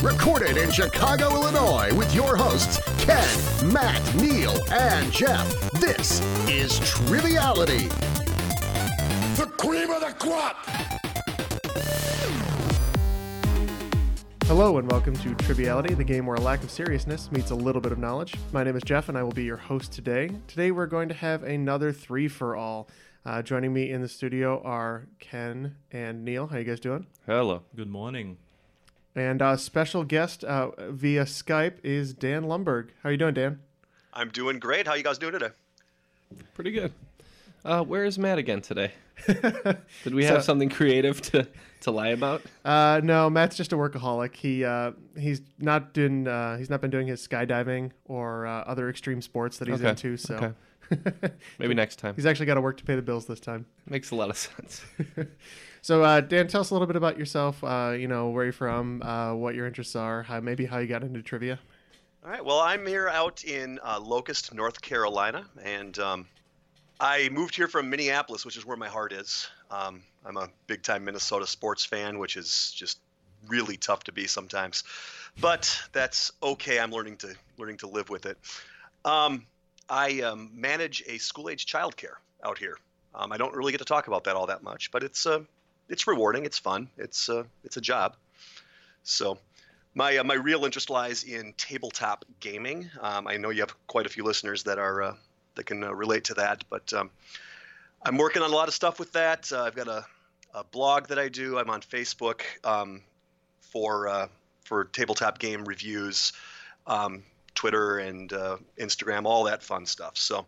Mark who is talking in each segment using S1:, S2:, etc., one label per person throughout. S1: Recorded in Chicago, Illinois, with your hosts, Ken, Matt, Neil, and Jeff. This is Triviality.
S2: The cream of the crop.
S3: Hello and welcome to Triviality, the game where a lack of seriousness meets a little bit of knowledge. My name is Jeff and I will be your host today. Today we're going to have another three for all. Uh, joining me in the studio are Ken and Neil. How you guys doing?
S4: Hello.
S5: Good morning.
S3: And uh, special guest uh, via Skype is Dan Lumberg. How you doing, Dan?
S6: I'm doing great. How you guys doing today?
S4: Pretty good. Uh, where is Matt again today? Did we have something creative to, to lie about?
S3: Uh, no, Matt's just a workaholic. He uh, he's not doing uh, he's not been doing his skydiving or uh, other extreme sports that he's
S4: Okay,
S3: into. So
S4: Maybe next time.
S3: he's actually got to work to pay the bills this time.
S4: Makes a lot of sense.
S3: So, uh, Dan, tell us a little bit about yourself. Uh, you know, where you're from, uh, what your interests are, how, maybe how you got into trivia.
S6: All right. Well, I'm here out in uh, Locust, North Carolina, and um, I moved here from Minneapolis, which is where my heart is. Um, I'm a big-time Minnesota sports fan, which is just really tough to be sometimes, but that's okay. I'm learning to learning to live with it. Um, I um, manage a school-age childcare out here. Um, I don't really get to talk about that all that much, but it's uh, it's rewarding. It's fun. It's uh, it's a job. So my uh, my real interest lies in tabletop gaming. Um, I know you have quite a few listeners that are uh, that can uh, relate to that, but um, I'm working on a lot of stuff with that. Uh, I've got a, a blog that I do. I'm on Facebook um, for uh, for tabletop game reviews, um, Twitter and uh, Instagram, all that fun stuff. So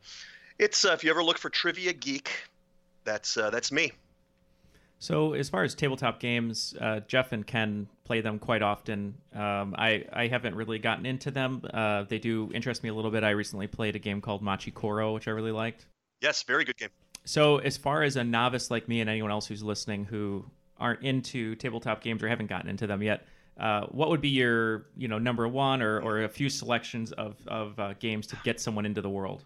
S6: it's uh, if you ever look for trivia geek, that's uh, that's me.
S5: So, as far as tabletop games, uh, Jeff and Ken play them quite often. Um, I I haven't really gotten into them. Uh, they do interest me a little bit. I recently played a game called Machi Koro, which I really liked.
S6: Yes, very good game.
S5: So, as far as a novice like me and anyone else who's listening who aren't into tabletop games or haven't gotten into them yet, uh, what would be your you know number one or, or a few selections of of uh, games to get someone into the world?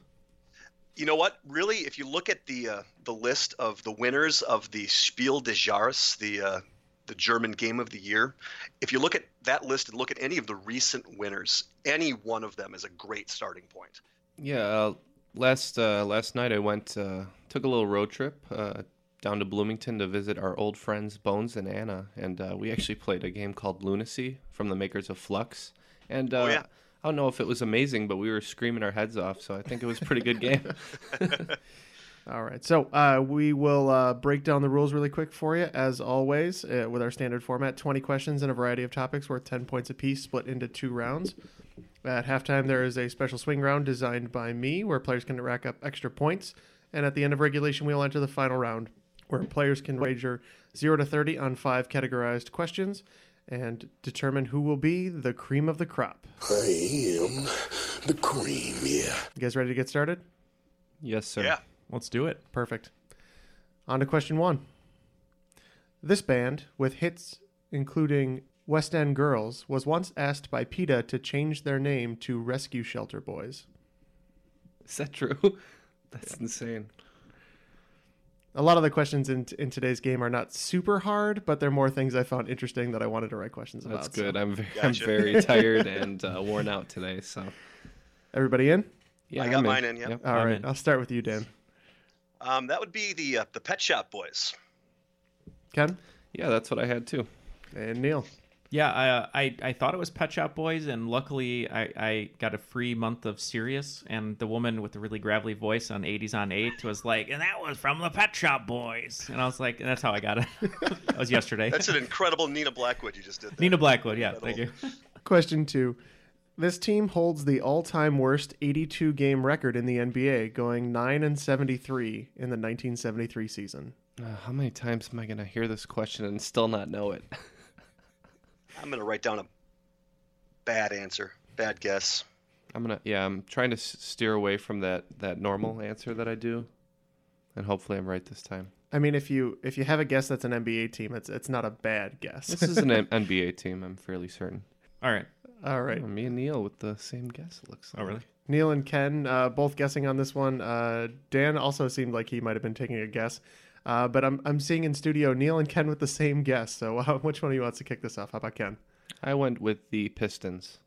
S6: You know what? Really, if you look at the uh, the list of the winners of the Spiel des Jahres, the uh, the German Game of the Year, if you look at that list and look at any of the recent winners, any one of them is a great starting point.
S4: Yeah, uh, last uh, last night I went uh, took a little road trip uh, down to Bloomington to visit our old friends Bones and Anna, and uh, we actually played a game called Lunacy from the makers of Flux. And uh,
S6: Oh, yeah.
S4: I don't know if it was amazing, but we were screaming our heads off, so I think it was a pretty good game.
S3: All right. So uh, we will uh, break down the rules really quick for you, as always, uh, with our standard format 20 questions and a variety of topics worth 10 points apiece, split into two rounds. At halftime, there is a special swing round designed by me where players can rack up extra points. And at the end of regulation, we will enter the final round where players can wager 0 to 30 on five categorized questions and determine who will be the cream of the crop.
S2: I am the cream, yeah.
S3: You guys ready to get started?
S4: yes, sir.
S6: Yeah.
S5: Let's do it.
S3: Perfect. On to question one. This band, with hits including West End Girls, was once asked by PETA to change their name to Rescue Shelter Boys.
S4: Is that true? That's insane.
S3: A lot of the questions in, in today's game are not super hard, but they're more things I found interesting that I wanted to write questions about.
S4: That's
S3: so-
S4: good. I'm very,
S6: Gotcha.
S4: I'm very tired and uh, worn out today. So
S3: Everybody in?
S4: yeah,
S6: I got mine in, yeah.
S3: All
S5: I'm
S3: right,
S5: in.
S3: I'll start with you, Dan.
S6: Um, that would be the uh, the Pet Shop Boys.
S3: Ken
S4: Yeah, that's what I had too.
S3: and Neil.
S5: Yeah, I, uh, I I thought it was Pet Shop Boys, and luckily I, I got a free month of Sirius, and the woman with the really gravelly voice on 80s on 8 was like, and that was from the Pet Shop Boys. And I was like, and that's how I got it. that was yesterday.
S6: That's an incredible Nina Blackwood you just did. There.
S5: Nina Blackwood, yeah, thank you.
S3: Question two. This team holds the all-time worst 82 game record in the NBA, going 9 and 73 in the 1973 season.
S4: Uh, how many times am I gonna hear this question and still not know it?
S6: I'm gonna write down a bad answer, bad guess.
S4: I'm gonna yeah. I'm trying to s- steer away from that that normal answer that I do, and hopefully I'm right this time.
S3: I mean, if you if you have a guess that's an NBA team, it's it's not a bad guess.
S4: This is an M- NBA team. I'm fairly certain.
S5: All right.
S3: All right,
S4: Oh, me and Neil with the same guess. It looks. Like.
S5: Oh, really?
S3: Neil and Ken uh, both guessing on this one. Uh, Dan also seemed like he might have been taking a guess, uh, but I'm I'm seeing in studio Neil and Ken with the same guess. So uh, which one of you wants to kick this off? How about Ken?
S4: I went with the Pistons.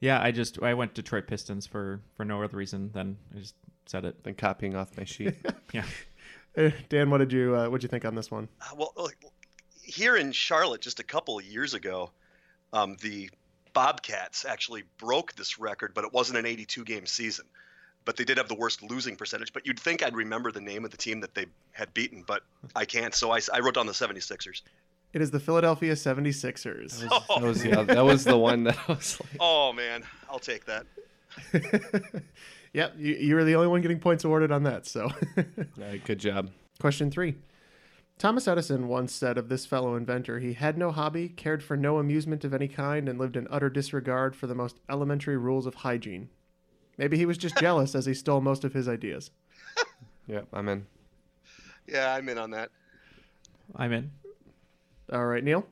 S5: Yeah, I just I went Detroit Pistons for for no other reason than I just said it.
S4: Been copying off my sheet.
S5: Yeah.
S3: Eh, Dan, what did you uh, what did you think on this one?
S6: Uh, Well, uh, here in Charlotte, just a couple of years ago, um, the Bobcats actually broke this record, but it wasn't an 82 game season. But they did have the worst losing percentage. But you'd think I'd remember the name of the team that they had beaten, but I can't. So I, s- I wrote down the 76ers.
S3: It is the Philadelphia 76ers.
S4: That was the other- that was the one that I was like.
S6: Oh, man. I'll take that.
S3: Yep, you, you were the only one getting points awarded on that. So
S4: All right, good job.
S3: Question three. Thomas Edison once said of this fellow inventor, he had no hobby, cared for no amusement of any kind, and lived in utter disregard for the most elementary rules of hygiene. Maybe he was just jealous as he stole most of his ideas.
S4: Yep, I'm in.
S6: Yeah, I'm in on that.
S5: I'm in.
S3: All right, Neil?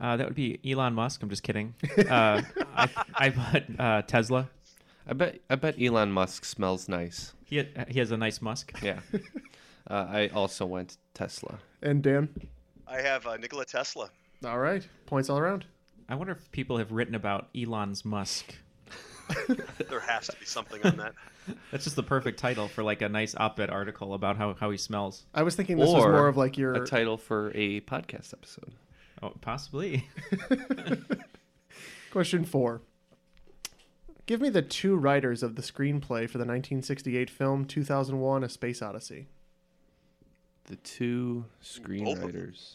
S5: Uh, that would be Elon Musk. I'm just kidding. Uh, I, I bought uh, Tesla.
S4: I bet I bet Elon Musk smells nice.
S5: He he has a nice Musk.
S4: Yeah. uh, I also went Tesla.
S3: And Dan?
S6: I have uh, Nikola Tesla.
S3: All right. Points all around.
S5: I wonder if people have written about Elon's Musk.
S6: There has to be something on that.
S5: That's just the perfect title for like a nice op-ed article about how, how he smells.
S3: I was thinking this was more of like your.
S4: a title for a podcast episode.
S5: Oh, possibly.
S3: Question four. Give me the two writers of the screenplay for the 1968 film 2001 A Space Odyssey.
S4: The two screenwriters.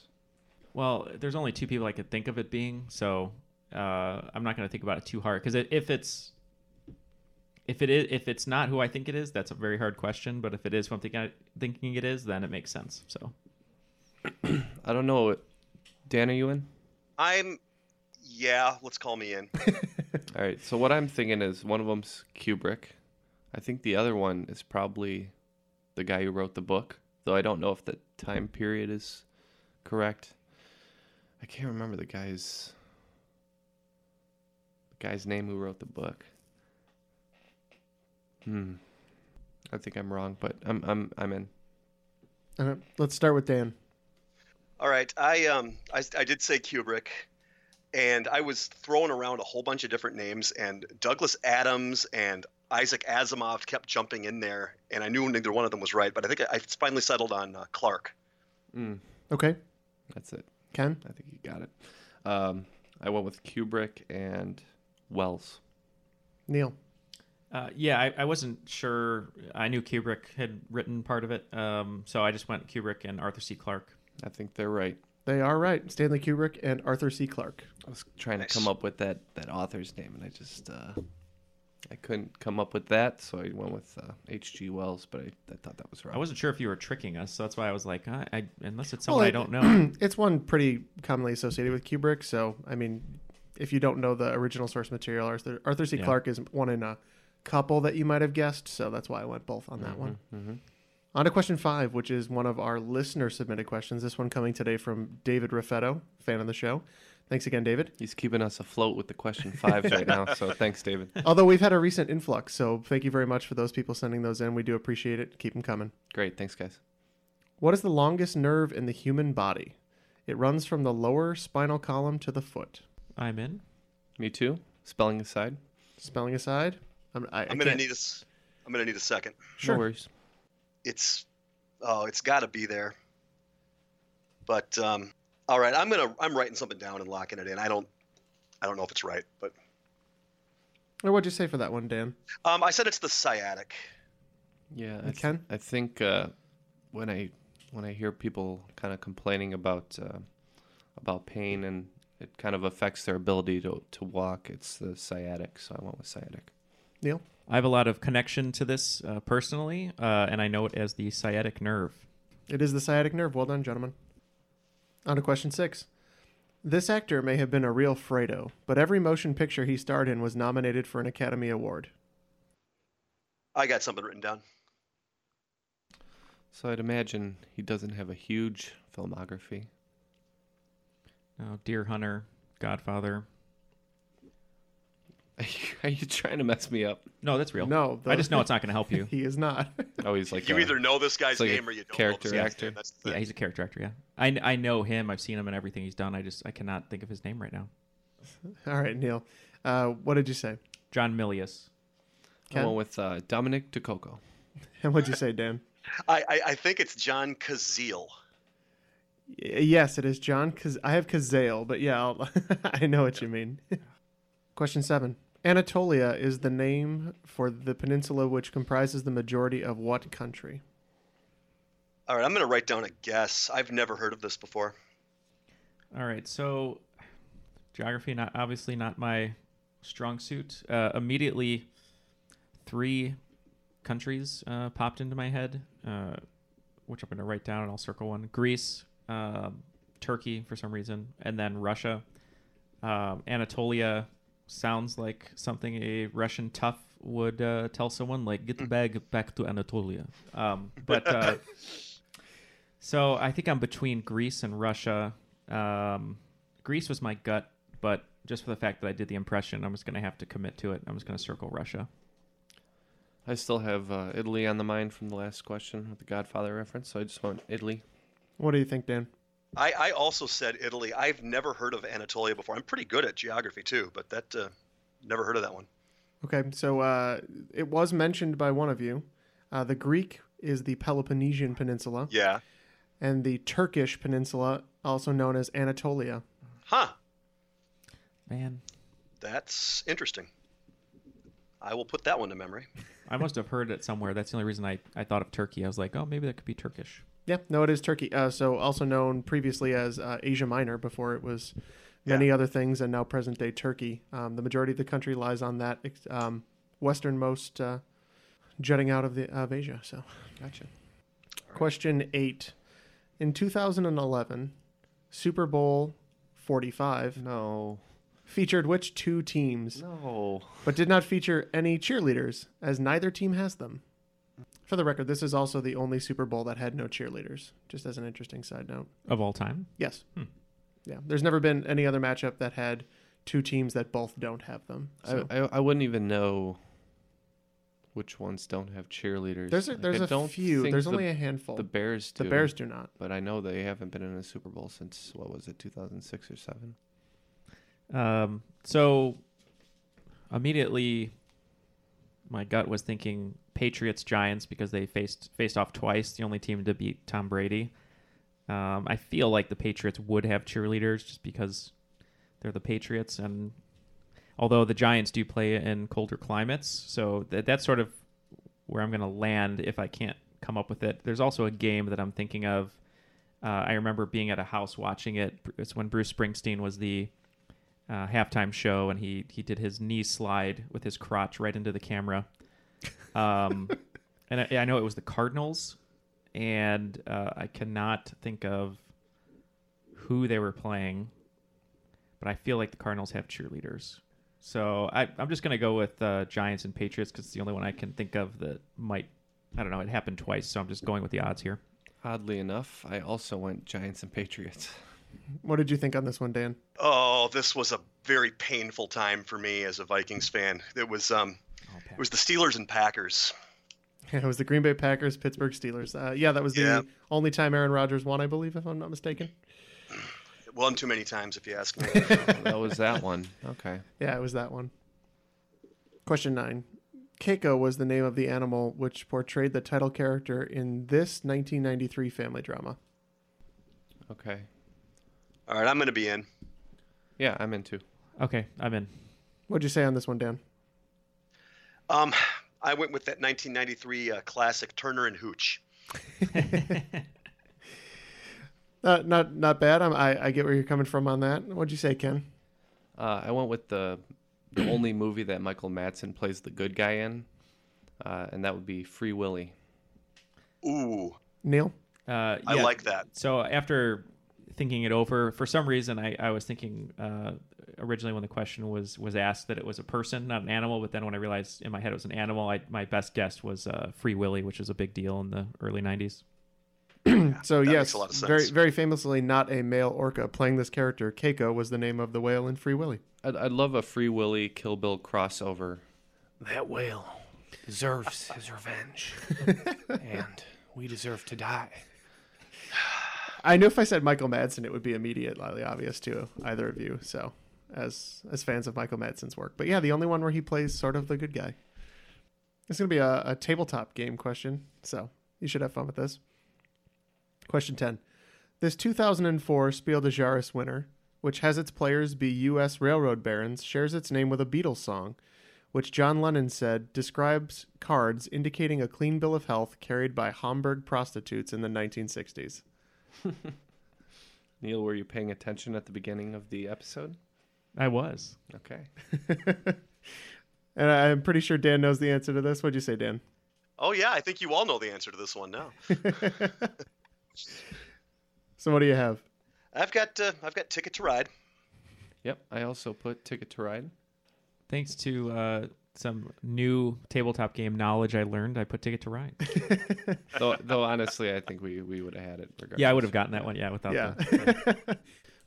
S5: Well, there's only two people I could think of it being, so uh, I'm not going to think about it too hard because if it's if it is if it's not who I think it is, that's a very hard question. But if it is who I'm thinking thinking it is, then it makes sense. So
S4: I don't know. Dan, are you in?
S6: I'm, yeah, let's call me in.
S4: All right. So what I'm thinking is one of them's Kubrick. I think the other one is probably the guy who wrote the book, though I don't know if the time period is correct. I can't remember the guy's the guy's name who wrote the book. Hmm. I think I'm wrong, but I'm I'm I'm in.
S3: Uh, let's start with Dan.
S6: All right, I um I, s- I did say Kubrick, and I was throwing around a whole bunch of different names, and Douglas Adams and Isaac Asimov kept jumping in there, and I knew neither one of them was right, but I think I, I finally settled on uh, Clark.
S3: Okay.
S4: That's it.
S3: Ken?
S4: I think you got it. Um, I went with Kubrick and Wells.
S3: Neil?
S5: uh, yeah, I, I wasn't sure. I knew Kubrick had written part of it, um, so I just went Kubrick and Arthur C. Clarke.
S4: I think they're right.
S3: They are right. Stanley Kubrick and Arthur C. Clarke.
S4: I was trying to come up with that that author's name, and I just uh, I couldn't come up with that, so I went with uh, H.G. Wells. But I, I thought that was wrong.
S5: I wasn't sure if you were tricking us, so that's why I was like, I, I, unless it's
S3: Well,
S5: someone I
S3: it-
S5: don't know.
S3: it's one pretty commonly associated with Kubrick. So, I mean, if you don't know the original source material, Arthur, Arthur C.
S5: Yeah.
S3: Clarke is one in a couple that you might have guessed. So that's why I went both on that
S5: Mm-hmm,
S3: one. On to question five, which is one of our listener submitted questions. This one coming today from David Raffetto, fan of the show. Thanks again, David.
S4: He's keeping us afloat with the question fives right now. So thanks, David.
S3: Although we've had a recent influx, so thank you very much for those people sending those in. We do appreciate it. Keep them coming.
S4: Great, thanks, guys.
S3: What is the longest nerve in the human body? It runs from the lower spinal column to the foot.
S5: I'm in.
S4: Me too. Spelling aside,
S3: Spelling aside, I'm, I, I
S6: I'm gonna
S3: can't-
S6: need a s- I'm gonna need a second.
S4: no worries.
S6: It's Oh, it's got to be there. But um, all right, I'm gonna I'm writing something down and locking it in. I don't I don't know if it's right, but
S3: Or what'd you say for that one, Dan?
S6: um, I said it's the sciatic.
S4: Yeah, I,
S3: You
S4: th-
S3: can?
S4: I think uh, when I when I hear people kind of complaining about uh, about pain and it kind of affects their ability to to walk, it's the sciatic. So I went with sciatic.
S3: Neil?
S5: I have a lot of connection to this uh, personally, uh, and I know it as the sciatic nerve.
S3: It is the sciatic nerve. Well done, gentlemen. On to question six. This actor may have been a real Fredo, but every motion picture he starred in was nominated for an Academy Award.
S6: I got something written down.
S4: So I'd imagine he doesn't have a huge filmography.
S5: Oh, Deer Hunter, Godfather.
S4: Are you, are you trying to mess me up?
S5: No, that's real.
S3: No,
S5: I just know it's not going to help you.
S3: He is not.
S4: Oh, he's like
S6: you
S4: a-
S6: either know this guy's
S4: it's like a
S6: name or you don't.
S4: character
S6: know this guy's
S4: actor.
S6: name. That's the
S5: yeah,
S6: thing.
S5: he's a character actor. Yeah, I, I know him. I've seen him in everything he's done. I just I cannot think of his name right now.
S3: All right, Neil. Uh, what did you say?
S5: John Milius.
S4: I
S3: Ken?
S4: went with uh, Dominic DeCoco.
S3: And what'd you say, Dan?
S6: I, I I think it's John Cazale.
S3: Y- yes, it is John. Cause I have Kazale, but yeah, I'll, I know what you mean. question seven. Anatolia is the name for the peninsula which comprises the majority of what country?
S6: All right, I'm gonna write down a guess. I've never heard of this before.
S5: All right, so geography not obviously not my strong suit. Uh, immediately, three countries uh, popped into my head, uh, which I'm going to write down and I'll circle one: Greece, um, Turkey for some reason, and then Russia. Um, Anatolia sounds like something a Russian tough would uh, tell someone, like "Get the bag back to Anatolia." Um, but uh, so I think I'm between Greece and Russia. Um, Greece was my gut, but just for the fact that I did the impression, I'm just going to have to commit to it. I'm just going to circle Russia.
S4: I still have uh, Italy on the mind from the last question with the Godfather reference, so I just went Italy.
S3: What do you think, Dan?
S6: I, I also said Italy. I've never heard of Anatolia before. I'm pretty good at geography too, but that uh, never heard of that one.
S3: Okay, so uh, it was mentioned by one of you. Uh, the Greek is the Peloponnesian Peninsula,
S6: Yeah.
S3: and the Turkish Peninsula, also known as Anatolia.
S6: Huh.
S5: Man,
S6: That's interesting. I will put that one to memory.
S5: I must have heard it somewhere. That's the only reason I, I thought of Turkey. I was like, oh, maybe that could be Turkish.
S3: Yeah, no, it is Turkey. Uh, so also known previously as uh, Asia Minor, before it was many other things, and now present day Turkey. Um, the majority of the country lies on that ex- um, westernmost uh, jutting out of the of Asia. So, gotcha. Question eight: In 2011, Super Bowl 45.
S4: No,
S3: featured which two teams,
S4: no.
S3: but did not feature any cheerleaders, as neither team has them. For the record, this is also the only Super Bowl that had no cheerleaders, just as an interesting side note.
S5: Of all time?
S3: Yes.
S4: Hmm.
S3: Yeah. There's never been any other matchup that had two teams that both don't have them. So.
S4: I, I I wouldn't even know which ones don't have cheerleaders.
S3: there's a,
S4: Like,
S3: there's
S4: I
S3: a
S4: don't
S3: few.
S4: think
S3: There's
S4: the-
S3: only a handful.
S4: The
S3: The,
S4: Bears do.
S3: Bears do not.
S4: But I know they haven't been in a Super Bowl since what was it, 2006 or seven?
S5: Um, so immediately, my gut was thinking Patriots Giants because they faced faced off twice, the only team to beat Tom Brady. Um, I feel like the Patriots would have cheerleaders just because they're the Patriots, and although the Giants do play in colder climates, so th- that's sort of where I'm going to land if I can't come up with it. There's also a game that I'm thinking of. Uh, I remember being at a house watching it. It's when Bruce Springsteen was the uh, halftime show, and he he did his knee slide with his crotch right into the camera. Um, and I, I know it was the Cardinals, and uh, I cannot think of who they were playing, but I feel like the Cardinals have cheerleaders. So I, I'm just gonna go with uh, Giants and Patriots because it's the only one I can think of that might. I don't know. It happened twice, so I'm just going with the odds here.
S4: Oddly enough, I also went Giants and Patriots.
S3: What did you think on this one, Dan?
S6: Oh, this was a very painful time for me as a Vikings fan. It was um,
S4: Oh,
S6: it was the Steelers and Packers.
S3: it was the Green Bay Packers, Pittsburgh Steelers. Uh, yeah, that was the
S6: Yeah.
S3: only time Aaron Rodgers won, I believe, if I'm not mistaken.
S6: Won too many times, if you ask me.
S4: that was that one. Okay.
S3: Yeah, it was that one. Question nine. Keiko was the name of the animal which portrayed the title character in this 1993 family drama.
S4: Okay.
S6: All right, I'm going to be in.
S4: Yeah, I'm into.
S5: Okay, I'm in.
S3: What'd you say on this one, Dan?
S6: Um, I went with that 1993 uh, classic Turner and Hooch.
S3: Not Uh, not not bad. I'm, I I get where you're coming from on that. What'd you say, Ken?
S4: Uh, I went with the the only movie that Michael Madsen plays the good guy in, uh, and that would be Free Willy.
S6: Ooh,
S3: Neil?
S5: Uh,
S6: I
S5: yeah.
S6: like that.
S5: So after thinking it over, for some reason, I, I was thinking uh, originally when the question was was asked that it was a person, not an animal. But then when I realized in my head it was an animal, I, my best guess was uh, Free Willy, which was a big deal in the early '90s.
S3: So yes,
S6: that makes a lot of sense.
S3: very very famously, not a male orca playing this character. Keiko was the name of the whale in Free Willy.
S4: I'd, I'd love a Free Willy Kill Bill crossover. That whale deserves his revenge, and we deserve to die.
S3: I knew if I said Michael Madsen, it would be immediately obvious to either of you. So as as fans of Michael Madsen's work, but yeah, the only one where he plays sort of the good guy. It's gonna be a, a tabletop game question, so you should have fun with this. Question ten: This 2004 Spiel des Jahres winner, which has its players be U.S. railroad barons, shares its name with a Beatles song, which John Lennon said describes cards indicating a clean bill of health carried by Hamburg prostitutes in the 1960s.
S4: Neil, were you paying attention at the beginning of the episode?
S5: I was.
S4: Okay.
S3: And I- I'm pretty sure Dan knows the answer to this. What'd you say, Dan?
S6: Oh yeah, I think you all know the answer to this one now.
S3: So what do you have?
S6: I've got uh, I've got Ticket to Ride.
S4: Yep. I also put Ticket to Ride.
S5: Thanks to uh, some new tabletop game knowledge I learned, I put Ticket to Ride.
S4: though, though honestly, I think we, we would have had it regardless.
S5: yeah, I would have gotten that one. Yeah, without
S3: Yeah.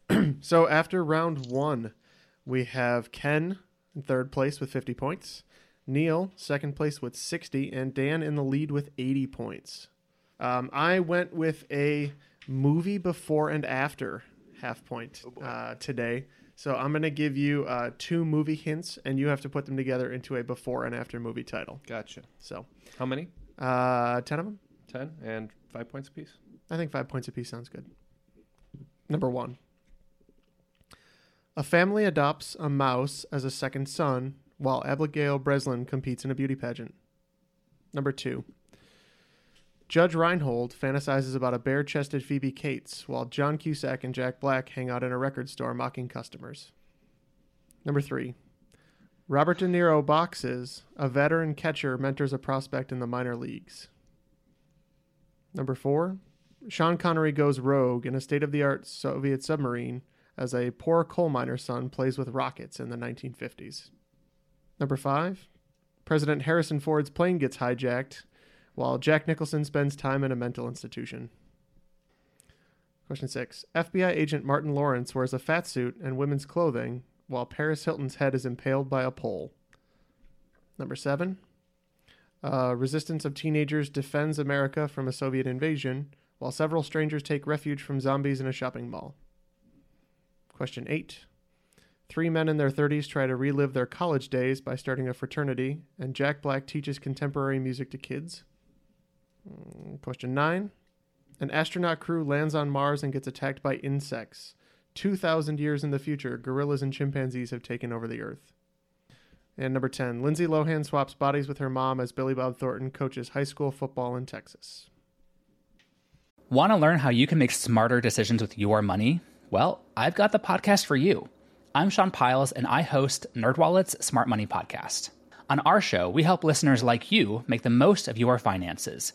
S5: the
S3: so after round one, we have Ken in third place with 50 points, Neil second place with 60, and Dan in the lead with 80 points. Um, I went with a movie before and after half point uh, today. So I'm going to give you uh, two movie hints, and you have to put them together into a before and after movie title.
S4: Gotcha.
S3: So
S4: How many?
S3: uh, 10 of them?
S4: Ten and five points apiece.
S3: I think five points apiece sounds good. Number one. A family adopts a mouse as a second son while Abigail Breslin competes in a beauty pageant. Number two. Judge Reinhold fantasizes about a bare chested Phoebe Cates while John Cusack and Jack Black hang out in a record store mocking customers. Number three. Robert De Niro boxes, a veteran catcher mentors a prospect in the minor leagues. Number four, Sean Connery goes rogue in a state of the art Soviet submarine as a poor coal miner's son plays with rockets in the 1950s. Number five, President Harrison Ford's plane gets hijacked while Jack Nicholson spends time in a mental institution. Question six, FBI agent Martin Lawrence wears a fat suit and women's clothing while Paris Hilton's head is impaled by a pole. Number seven, uh, resistance of teenagers defends America from a Soviet invasion, while several strangers take refuge from zombies in a shopping mall. Question 8. Three men in their 30s try to relive their college days by starting a fraternity, and Jack Black teaches contemporary music to kids. Mm, Question 9. An astronaut crew lands on Mars and gets attacked by insects. 2,000 years in the future, gorillas and chimpanzees have taken over the Earth. And number 10, Lindsay Lohan swaps bodies with her mom as Billy Bob Thornton coaches high school football in Texas.
S7: Want to learn how you can make smarter decisions with your money? Well, I've got the podcast for you. I'm Sean Piles and I host NerdWallet's Smart Money Podcast. On our show, we help listeners like you make the most of your finances.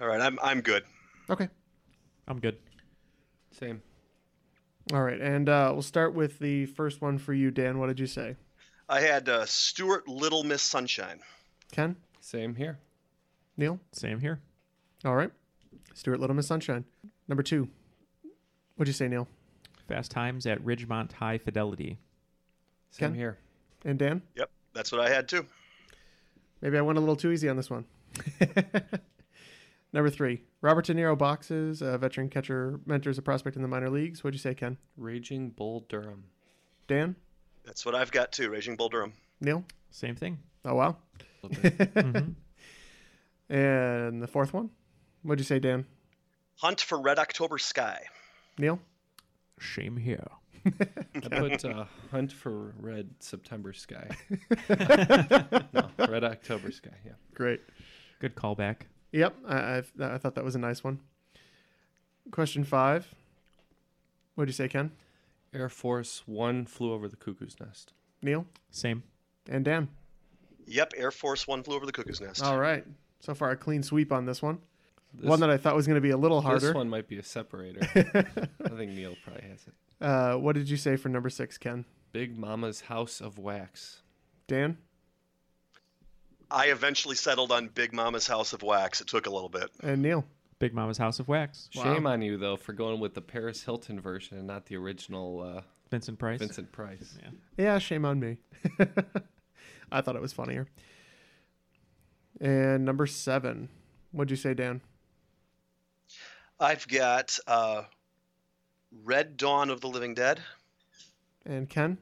S6: All right, I'm I'm good.
S3: Okay.
S5: I'm good.
S4: Same.
S3: All right, and uh, we'll start with the first one for you, Dan. What did you say?
S6: I had uh, Stuart Little Miss Sunshine.
S3: Ken,
S4: Same here.
S3: Neil.
S5: Same here.
S3: All right. Stuart Little Miss Sunshine. Number two. What'd you say, Neil?
S5: Fast Times at Ridgemont High Fidelity.
S4: Same
S3: Ken?
S4: here.
S3: And Dan?
S6: Yep, that's what I had too.
S3: Maybe I went a little too easy on this one. Number three. Robert De Niro boxes, a veteran catcher mentors a prospect in the minor leagues. What'd you say, Ken?
S4: Raging Bull Durham.
S3: Dan?
S6: That's what I've got too. Raging Bull Durham.
S3: Neil?
S5: Same thing.
S3: Oh, wow.
S5: Mhm.
S3: And the fourth one? What'd you say, Dan?
S6: Hunt for Red October Sky.
S3: Neil?
S5: Shame here.
S4: I put uh, Hunt for Red September Sky. no, Red October Sky. Yeah.
S3: Great.
S5: Good callback.
S3: Yep, I, I, I thought that was a nice one. Question five. What'd you say, Ken?
S4: Air Force One flew over the cuckoo's nest.
S3: Neil?
S5: Same.
S3: And Dan?
S6: Yep, Air Force One flew over the cuckoo's nest.
S3: All right. So far, a clean sweep on this one.
S4: This,
S3: one that I thought was going to be a little
S4: this
S3: harder.
S4: one might be a separator. I think Neil probably has it.
S3: Uh, what did you say for number six, Ken?
S4: Big Mama's House of Wax.
S3: Dan?
S6: I eventually settled on Big Mama's House of Wax. It took a little bit.
S3: And Neil?
S5: Big Mama's House of Wax.
S4: Shame on you though for going with the Paris Hilton version and not the original uh,
S5: Vincent Price.
S4: Vincent Price.
S3: Yeah, shame on me. I thought it was funnier. And number seven. What'd you say, Dan?
S6: I've got uh, Red Dawn of the Living Dead.
S3: And Ken?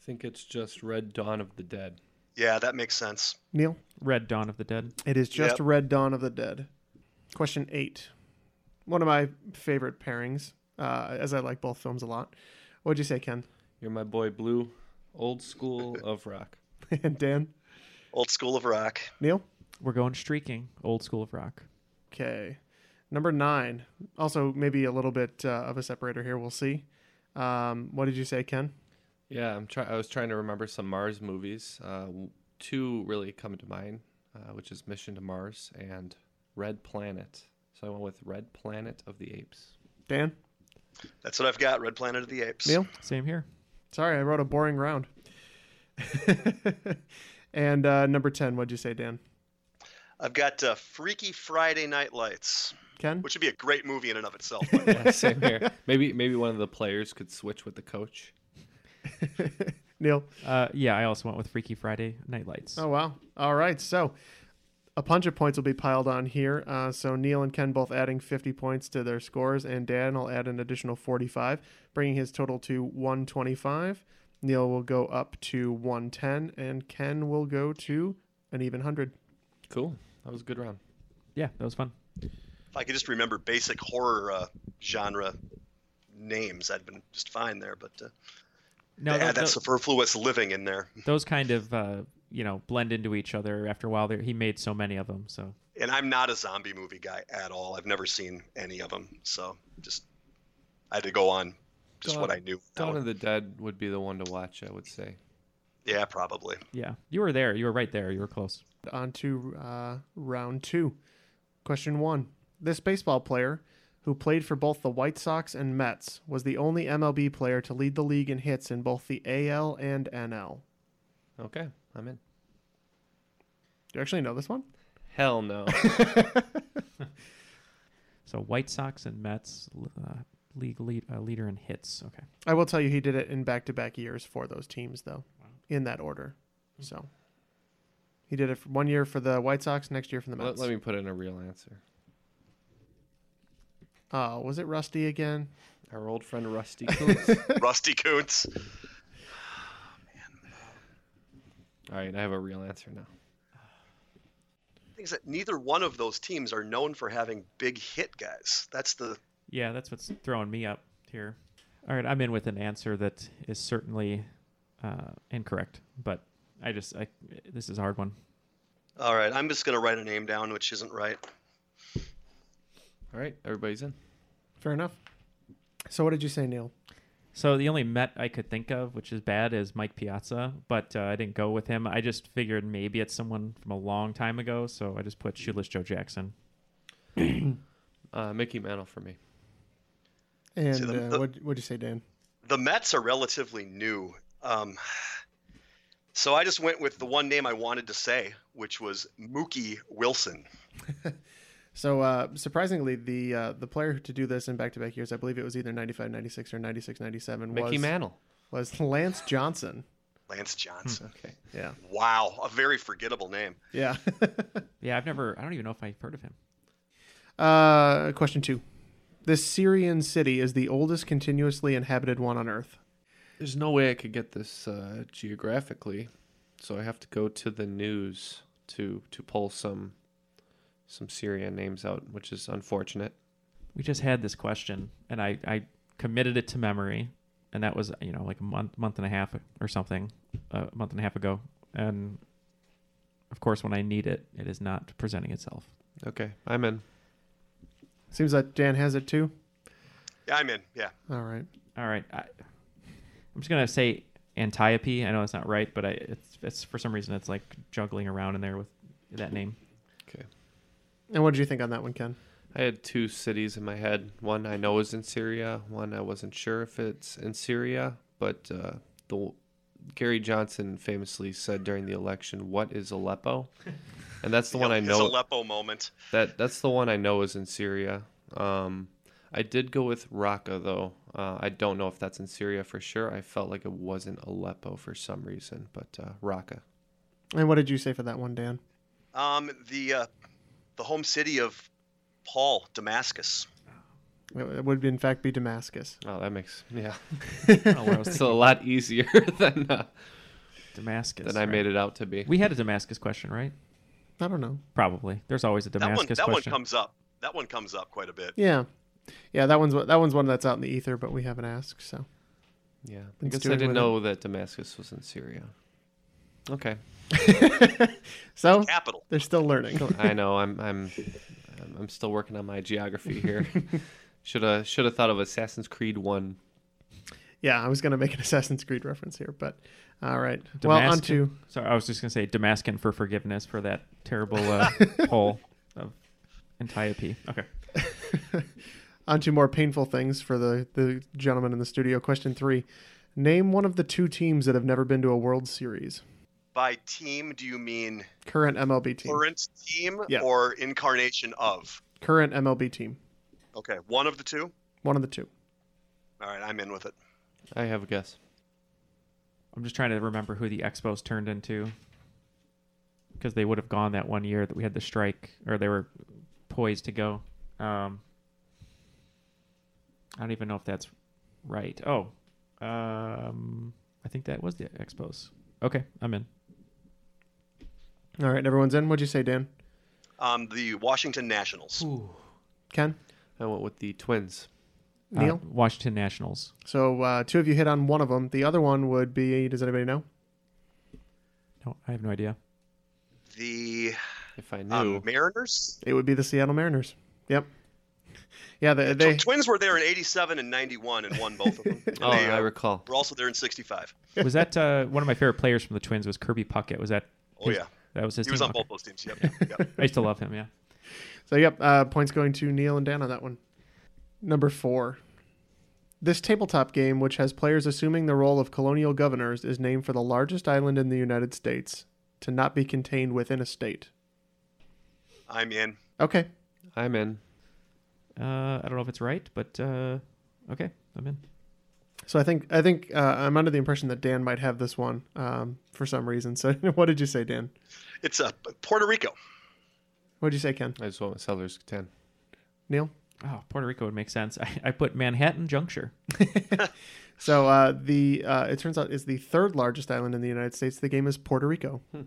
S4: I think it's just Red Dawn of the Dead.
S6: Yeah, that makes sense.
S3: Neil?
S5: Red Dawn of the Dead.
S3: It is just
S6: Yep.
S3: Red Dawn of the Dead. Question eight. One of my favorite pairings, uh, as I like both films a lot. What'd you say, Ken?
S4: You're my boy Blue, old school of rock.
S3: and Dan?
S6: Old School of Rock.
S3: Neil?
S5: We're going streaking. Old School of Rock.
S3: Okay. Number nine. Also, maybe a little bit uh, of a separator here. We'll see. Um, what did you say, Ken?
S4: Yeah, I'm try- I was trying to remember some Mars movies. Uh, w- two really come to mind, uh, which is Mission to Mars and Red Planet. So I went with Red Planet of the Apes.
S3: Dan?
S6: That's what I've got. Red Planet of the Apes.
S3: Neil?
S5: Same here.
S3: Sorry, I wrote a boring round. and uh, number 10, what'd you say, Dan?
S6: I've got uh, Freaky Friday Night Lights,
S3: Ken?
S6: which would be a great movie in and of itself. by the way.
S4: Yeah, same here. Maybe maybe one of the players could switch with the coach.
S3: Neil?
S5: Uh, yeah, I also went with Freaky Friday Night Lights.
S3: Oh, wow. All right. So a bunch of points will be piled on here. Uh, so Neil and Ken both adding 50 points to their scores, and Dan will add an additional 45, bringing his total to 125. Neil will go up to 110, and Ken will go to an even 100.
S4: Cool. That was a good round.
S5: Yeah, that was fun.
S6: if I could just remember basic horror uh, genre names, I'd been just fine there. But uh,
S5: No,
S6: to
S5: tho-
S6: add that
S5: tho-
S6: superfluous living in there.
S5: those kind of uh, you know blend into each other after a while. There, he made so many of them. So
S6: And I'm not a zombie movie guy at all. I've never seen any of them, so just I had to go on just what
S4: Dawn-
S6: I knew.
S4: Dawn of the Dead would be the one to watch, I would say.
S6: Yeah, probably.
S5: Yeah, you were there. You were right there. You were close.
S3: On to uh, round two. Question one. This baseball player, who played for both the White Sox and Mets, was the only MLB player to lead the league in hits in both the AL and NL.
S4: Okay, I'm in.
S3: Do you actually know this one?
S4: Hell no.
S5: So White Sox and Mets uh, league lead, uh, leader in hits. Okay.
S3: I will tell you he did it in back to back years for those teams, though, in that order. So he did it for one year for the White Sox, next year for the
S4: let,
S3: Mets.
S4: let me put in a real answer.
S3: Uh, was it Rusty again?
S4: Our old friend Rusty Coombs.
S6: Rusty Coots.
S4: All right, I have a real answer now.
S6: Things that neither one of those teams are known for having big hit guys. That's the
S5: Yeah, that's what's throwing me up here. All right, I'm in with an answer that is certainly uh, incorrect, but I just I this is a hard one.
S6: All right, I'm just gonna write a name down, which isn't right.
S4: All right, everybody's in.
S3: Fair enough. So what did you say, Neil?
S5: So the only Met I could think of, which is bad, is Mike Piazza, but uh, I didn't go with him. I just figured maybe it's someone from a long time ago, so I just put Shoeless Joe Jackson.
S4: Uh, Mickey Mantle for me.
S3: And
S6: See, the-
S3: uh,
S6: the-
S3: what what'd you say, Dan?
S6: The Mets are relatively new. Um, so I just went with the one name I wanted to say, which was Mookie Wilson.
S3: So uh, surprisingly, the uh, the player to do this in back to back years, I believe it was either 95, 96 or 96, 97,
S4: Mickey
S3: was
S4: Mantle.
S3: was Lance Johnson.
S6: Lance Johnson.
S4: Hmm, Okay.
S3: Yeah.
S6: Wow, a very forgettable name.
S3: Yeah.
S5: Yeah, I've never. I don't even know if I've heard of him.
S3: uh, question two. This Syrian city is the oldest continuously inhabited one on Earth.
S4: There's no way I could get this uh, geographically, so I have to go to the news to to pull some some Syrian names out, which is unfortunate.
S5: we just had this question and I, I committed it to memory and that was you know like a month month and a half or something uh, a month and a half ago and of course when i need it it is not presenting itself
S4: Okay, I'm in.
S3: Seems like Dan has it too.
S6: Yeah, I'm in. Yeah.
S3: All right.
S5: all right I, i'm just gonna say antiope i know that's not right but I, it's, it's for some reason it's like juggling around in there with that name
S4: Okay.
S3: And what did you think on that one, Ken?
S4: I had two cities in my head. One I know is in Syria. One I wasn't sure if it's in Syria, but uh, the Gary Johnson famously said during the election, "What is Aleppo?" And that's the one I
S6: His
S4: know.
S6: Aleppo moment.
S4: That that's the one I know is in Syria. Um, I did go with Raqqa though. Uh, I don't know if that's in Syria for sure. I felt like it wasn't Aleppo for some reason, but uh, Raqqa.
S3: And what did you say for that one, Dan?
S6: Um, the uh, the home city of Paul, Damascus.
S3: It- It would in fact be Damascus.
S4: Oh, that makes yeah.
S5: I don't know where I was
S4: It's a
S5: thinking.
S4: lot easier than uh,
S5: damascus
S4: than I
S5: right?
S4: made it out to be.
S5: we had a damascus question right
S3: I don't know.
S5: probably there's always a damascus
S6: that one that
S5: question
S6: one comes up. That one comes up quite a bit.
S3: Yeah, yeah. That one's that one's one that's out in the ether, but we haven't asked. So
S4: Yeah, I
S3: Let's
S4: guess
S3: do
S4: I
S3: it
S4: didn't
S3: with
S4: know that Damascus was in Syria. Okay,
S3: so
S6: Capital.
S3: they're still learning.
S4: I know I'm I'm I'm- I'm still working on my geography here. should have should have thought of Assassin's Creed One.
S3: yeah, I was gonna make an Assassin's Creed reference here, but all right. Well, on
S5: Damascus-
S3: to
S5: Sorry, I was just gonna say Damascus for forgiveness for that terrible uh, poll of Antiope. Okay.
S3: onto more painful things for the, the gentleman in the studio. Question three. Name one of the two teams that have never been to a World Series.
S6: By team, do you mean
S3: Current MLB team.
S6: current team
S3: Yeah.
S6: or incarnation of?
S3: Current MLB team.
S6: Okay, one of the two.
S3: One of the two.
S6: All right, I'm in with it.
S4: I have a guess.
S5: I'm just trying to remember who the Expos turned into, because they would have gone that one year that we had the strike, or they were poised to go. Um, I don't even know if that's right. Oh, um, I think that was the Expos. Okay, I'm in.
S3: All right, everyone's in. What'd you say, Dan?
S6: Um, the Washington Nationals.
S3: Ken?
S4: I went with the Twins.
S5: Uh,
S3: Neil?
S5: Washington Nationals.
S3: So uh, two of you hit on one of them. The other one would be, does anybody know?
S5: No, I have no idea.
S6: The
S4: If I knew,
S6: um, Mariners.
S3: It would be the Seattle Mariners. Yep. Yeah, they, they
S6: Twins were there in 87 and 91 and won both of them. And
S5: Oh,
S6: they,
S5: I
S6: uh,
S5: recall.
S6: Were also there in 65.
S5: was that uh, one of my favorite players from the Twins? Was Kirby Puckett? Was that?
S6: Oh,
S5: his-
S6: yeah.
S5: that was his.
S6: He was
S5: team?
S6: on
S5: Okay.
S6: both those teams, yep, yep.
S5: I used to love him. Yeah.
S3: So yep, uh, points going to Neil and Dan on that one. Number four. This tabletop game, which has players assuming the role of colonial governors, is named for the largest island in the United States to not be contained within a state.
S6: I'm in.
S3: Okay.
S4: I'm in.
S5: Uh, I don't know if it's right, but uh, okay, I'm in.
S3: So I think I think uh, I'm under the impression that Dan might have this one um, for some reason. So what did you say, Dan?
S6: It's uh, Puerto Rico.
S3: What did you say, Ken?
S4: I just went with Sellers 10.
S3: Neil.
S5: Oh, Puerto Rico would make sense. I, I put Manhattan Juncture.
S3: So uh, the uh, it turns out is the third largest island in the United States. The game is Puerto Rico.
S4: Hmm.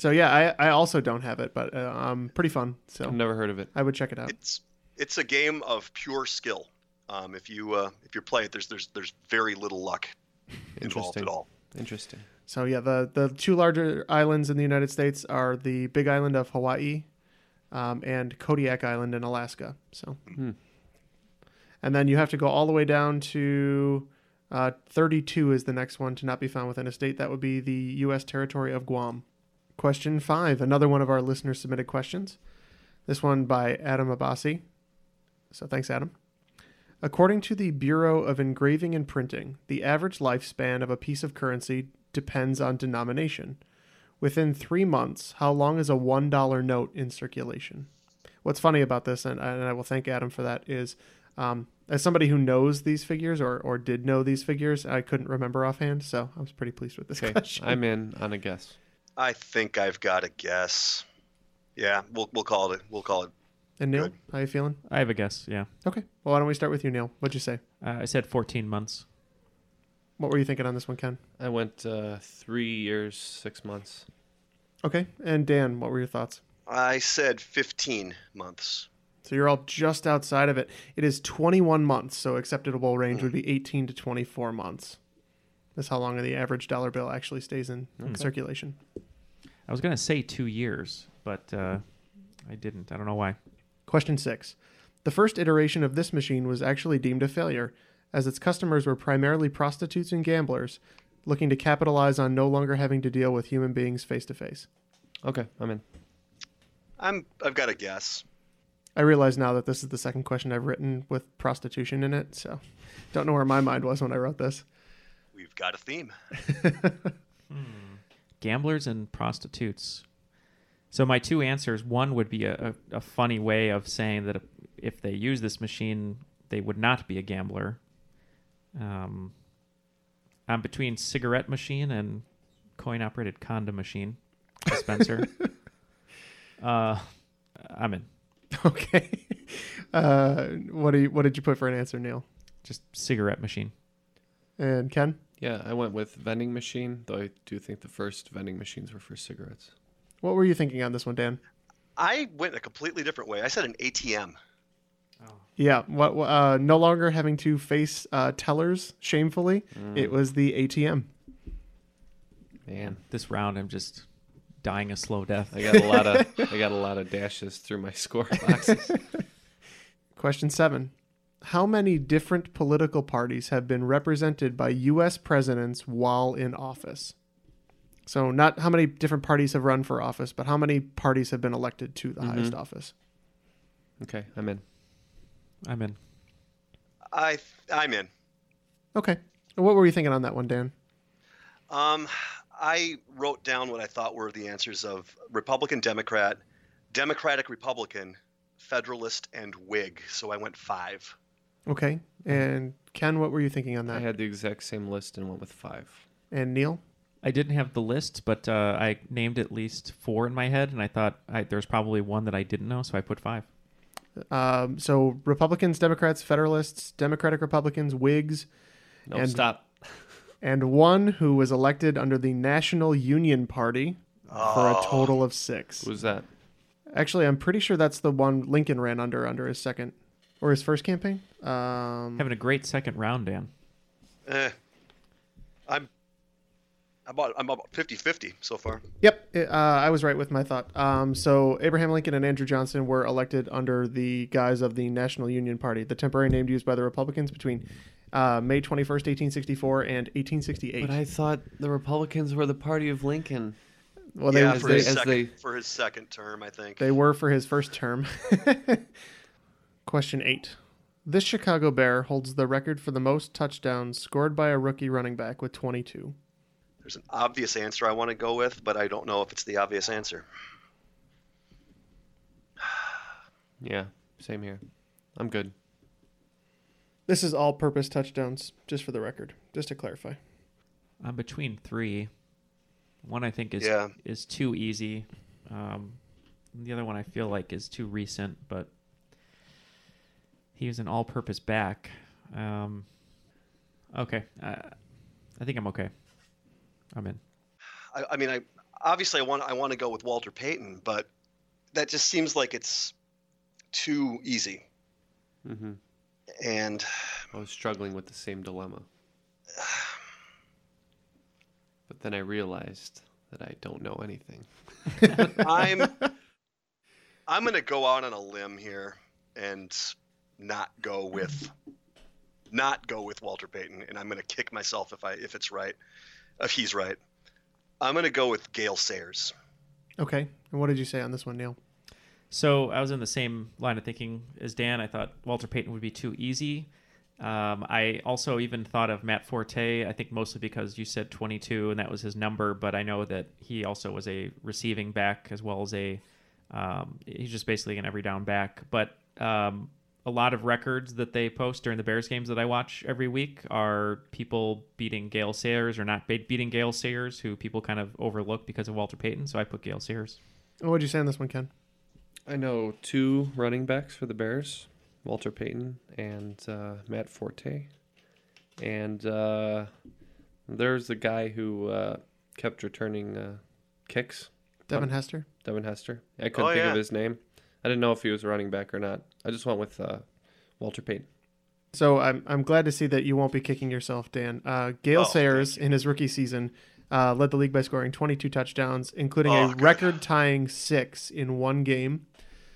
S3: So yeah, I, I also don't have it, but uh, um, pretty fun. So
S8: Oh.
S4: I've never heard of it.
S3: I would check it out.
S6: It's it's a game of pure skill. Um, if you uh, if you play it, there's there's there's very little luck involved
S4: Interesting.
S6: at all.
S4: Interesting.
S3: So yeah, the the two larger islands in the United States are the Big Island of Hawaii, um, and Kodiak Island in Alaska. So,
S4: Hmm.
S3: and then you have to go all the way down to uh, 32 is the next one to not be found within a state. That would be the U.S. territory of Guam. Question five, another one of our listener submitted questions. This one by Adam Abassi. So thanks, Adam. According to the Bureau of Engraving and Printing, the average lifespan of a piece of currency depends on denomination. Within three months, how long is a $1 note in circulation? What's funny about this, and, and I will thank Adam for that, is um, as somebody who knows these figures or, or did know these figures, I couldn't remember offhand, so I was pretty pleased with this
S4: Okay,
S3: question.
S4: I'm in on a guess.
S6: I think I've got a guess. Yeah, we'll we'll call it. We'll call it.
S3: and Neil, how you feeling?
S5: I have a guess. Yeah.
S3: Okay. Well, why don't we start with you, Neil? What'd you say?
S5: Uh, I said 14 months.
S3: What were you thinking on this one, Ken?
S4: I went uh, three years, six months.
S3: Okay. And Dan, what were your thoughts?
S6: I said 15 months.
S3: So you're all just outside of it. It is 21 months, so acceptable range would be 18 to 24 months. That's how long the average dollar bill actually stays in
S5: Okay.
S3: circulation.
S5: I was gonna say two years, but uh, I didn't. I don't know why.
S3: Question six. The first iteration of this machine was actually deemed a failure, as its customers were primarily prostitutes and gamblers looking to capitalize on no longer having to deal with human beings face to face.
S4: Okay, I'm in.
S6: I'm I've got a guess.
S3: I realize now that this is the second question I've written with prostitution in it, so don't know where my mind was when I wrote this.
S6: We've got a theme.
S5: gamblers and prostitutes. So my two answers: one would be a, a, a funny way of saying that if they use this machine, they would not be a gambler. Um, I'm between cigarette machine and coin-operated condom machine dispenser. uh, I'm in
S3: Okay. Uh, what do you, what did you put for an answer, Neil?
S5: just cigarette machine.
S3: And Ken?
S4: Yeah, I went with vending machine, though I do think the first vending machines were for cigarettes.
S3: What were you thinking on this one, Dan?
S6: I went a completely different way. I said an ATM.
S3: Yeah, what wh- uh, no longer having to face uh, tellers shamefully.
S4: Mm.
S3: It was the ATM.
S4: Man,
S5: This round, I'm just dying a slow death.
S4: I got a lot of I got a lot of dashes through my score boxes.
S3: Question 7. How many different political parties have been represented by US presidents while in office? So not how many different parties have run for office, but how many parties have been elected to the highest office?
S4: Okay, I'm in.
S5: I'm in.
S6: I th- I'm in.
S3: Okay. What were you thinking on that one, Dan?
S6: Um, I wrote down what I thought were the answers of Republican, Democrat, Democratic, Republican, Federalist, and Whig. So I went five.
S3: Okay. And Ken, what were you thinking on
S4: I
S3: that?
S4: had the exact same list and went with five.
S3: And Neil?
S5: I didn't have the list, but uh, I named at least four in my head, and I thought I, there's probably one that I didn't know, so I put five.
S3: Um, so Republicans, Democrats, Federalists, Democratic Republicans, Whigs,
S4: No,
S3: And-
S4: stop.
S3: and one who was elected under the National Union Party for a total of six.
S4: Who's that?
S3: Actually, I'm pretty sure that's the one Lincoln ran under under his second or his first campaign. Um,
S5: Having a great second round, Dan.
S6: Eh, I'm about I'm about 50-50 so far.
S3: Yep, uh, I was right with my thought. Um, so Abraham Lincoln and Andrew Johnson were elected under the guise of the National Union Party, the temporary name used by the Republicans between uh, May 21st, 1864 and 1868.
S8: But I thought the Republicans were the party of Lincoln.
S3: Well,
S6: yeah,
S3: they,
S6: for,
S3: they-
S6: his second, for his second term, I think.
S3: They were for his first term. Question eight. This Chicago Bear holds the record for the most touchdowns scored by a rookie running back with 22.
S6: There's an obvious answer I want to go with, but I don't know if it's the obvious answer.
S4: Yeah, same here. I'm good.
S3: This is all purpose touchdowns, just for the record, just to clarify.
S5: I'm between three. One I think is
S6: Yeah.
S5: is too easy. Um, and the other one I feel like is too recent, but he was an all-purpose back. Um, okay, uh, I think I'm okay. I'm in.
S6: I, I mean, I obviously I want I want to go with Walter Payton, but that just seems like it's too easy.
S4: Mm-hmm.
S6: And
S4: I was struggling with the same dilemma. But then I realized that I don't know anything.
S6: I'm I'm gonna go out on a limb here and not go with not go with Walter Payton, and I'm gonna kick myself if I if it's right, if he's right. I'm gonna go with Gail Sayers.
S3: Okay. And what did you say on this one, Neil?
S5: So I was in the same line of thinking as Dan. I thought Walter Payton would be too easy. Um, I also even thought of Matt Forte. I think mostly because you said 22 and that was his number, but I know that he also was a receiving back as well as a. Um, he's just basically an every down back. But um, a lot of records that they post during the Bears games that I watch every week are people beating Gale Sayers or not be- beating Gale Sayers, who people kind of overlook because of Walter Payton. So I put Gale Sayers.
S3: And what did you say on this one, Ken?
S4: I know two running backs for the Bears, Walter Payton and uh, Matt Forte. And uh, there's the guy who uh, kept returning uh, kicks.
S3: Devin Hester?
S4: Devin Hester. I couldn't
S3: Oh,
S4: think
S3: yeah.
S4: of his name. I didn't know if he was a running back or not. I just went with uh, Walter Payton.
S3: So I'm, I'm glad to see that you won't be kicking yourself, Dan. Uh,
S6: Oh,
S3: Gail Sayers, in his rookie season, uh, led the league by scoring 22 touchdowns, including
S6: Oh,
S3: a
S6: God.
S3: record tying six in one game.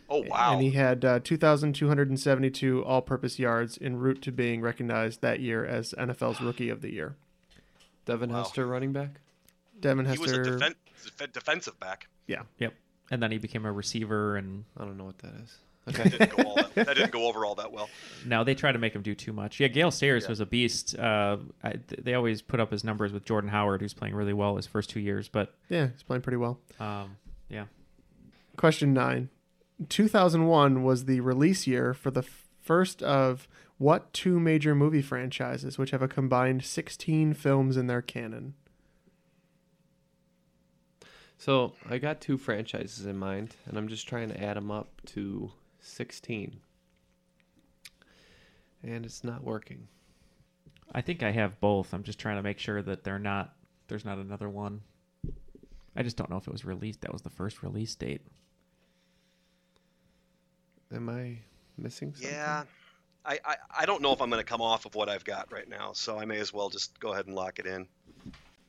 S6: Oh wow!
S3: And he had uh, 2,272 all purpose yards en route to being recognized that year as NFL's Rookie of the Year.
S4: Devin Hester, running back.
S3: Devin
S6: He was a
S3: Hester.
S6: defen- def- defensive back.
S3: Yeah.
S5: Yep. And then he became a receiver, and
S4: I don't know what that is.
S5: Okay.
S6: That didn't go all that, that didn't go over all that well.
S5: No, they try to make him do too much. Yeah, Gail Sayers was a beast. Uh, I, th- they always put up his numbers with Jordan Howard, who's playing really well his first two years. But
S3: Yeah, he's playing pretty well.
S5: um, yeah,
S3: Question nine 2001 was the release year for the f- first of what two major movie franchises, which have a combined 16 films in their canon?
S4: So I got two franchises in mind, and I'm just trying to add them up to 16. And it's not working.
S5: I think I have both. I'm just trying to make sure that they're not. There's not another one. I just don't know if it was released. That was the first release date.
S4: Am I missing something?
S6: Yeah. I, I, I don't know if I'm going to come off of what I've got right now, so I may as well just go ahead and lock it in.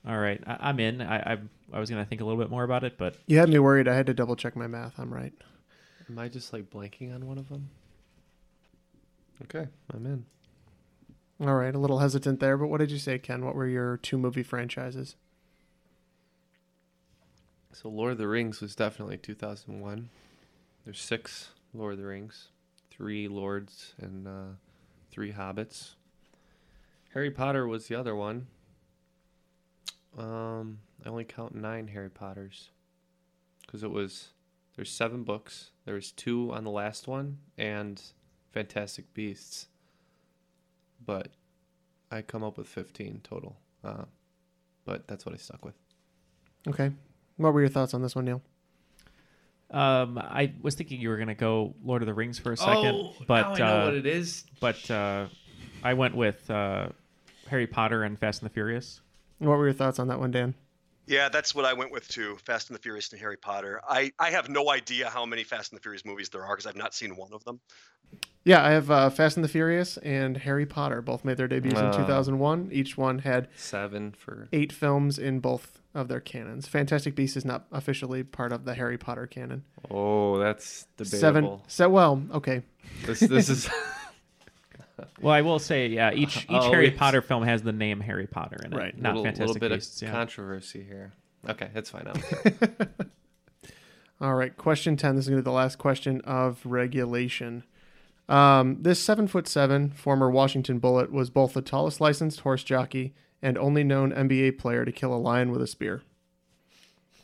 S5: All right, I, I'm in. I, I I was gonna think a little bit more about it, but
S3: You had me worried. I had to double check my math. I'm right.
S4: Am I just like blanking on one of them? Okay, I'm in.
S3: All right, a little hesitant there, but what did you say, Ken? What were your two movie franchises?
S4: So Lord of the Rings was definitely 2001. There's six Lord of the Rings, three Lords, and uh, three Hobbits. Harry Potter was the other one. Um, I only count nine Harry Potters because it was there's seven books. There was two on the last one and Fantastic Beasts, but I come up with 15 total. Uh, but that's what I stuck with.
S3: Okay. What were your thoughts on this one, Neil?
S5: Um, I was thinking you were gonna go Lord of the Rings for a second,
S8: Oh,
S5: but
S8: now I know
S5: uh,
S8: what it is.
S5: But uh, I went with uh, Harry Potter and Fast and the Furious.
S3: What were your thoughts on that one, Dan?
S6: Yeah, that's what I went with too. Fast and the Furious and Harry Potter. I, I have no idea how many Fast and the Furious movies there are because I've not seen one of them.
S3: Yeah, I have uh, Fast and the Furious and Harry Potter. Both made their debuts
S4: Ah.
S3: in 2001. Each one had
S4: Seven for
S3: eight films in both of their canons. Fantastic Beasts is not officially part of the Harry Potter canon.
S4: Oh, that's
S3: Seven.
S4: debatable.
S3: So well, okay.
S4: This this is
S5: Well, I will say, yeah, each each
S4: Oh,
S5: Harry
S4: it's-
S5: Potter film has the name Harry Potter in it,
S4: Right.
S5: Not
S4: Little- little
S5: Fantastic
S4: bit of
S5: Beasts. yeah.
S4: controversy here. Okay, that's fine. I'm
S3: All right, question ten. This is going to be the last question of regulation. Um, this seven foot seven former Washington Bullet was both the tallest licensed horse jockey and only known NBA player to kill a lion with a spear.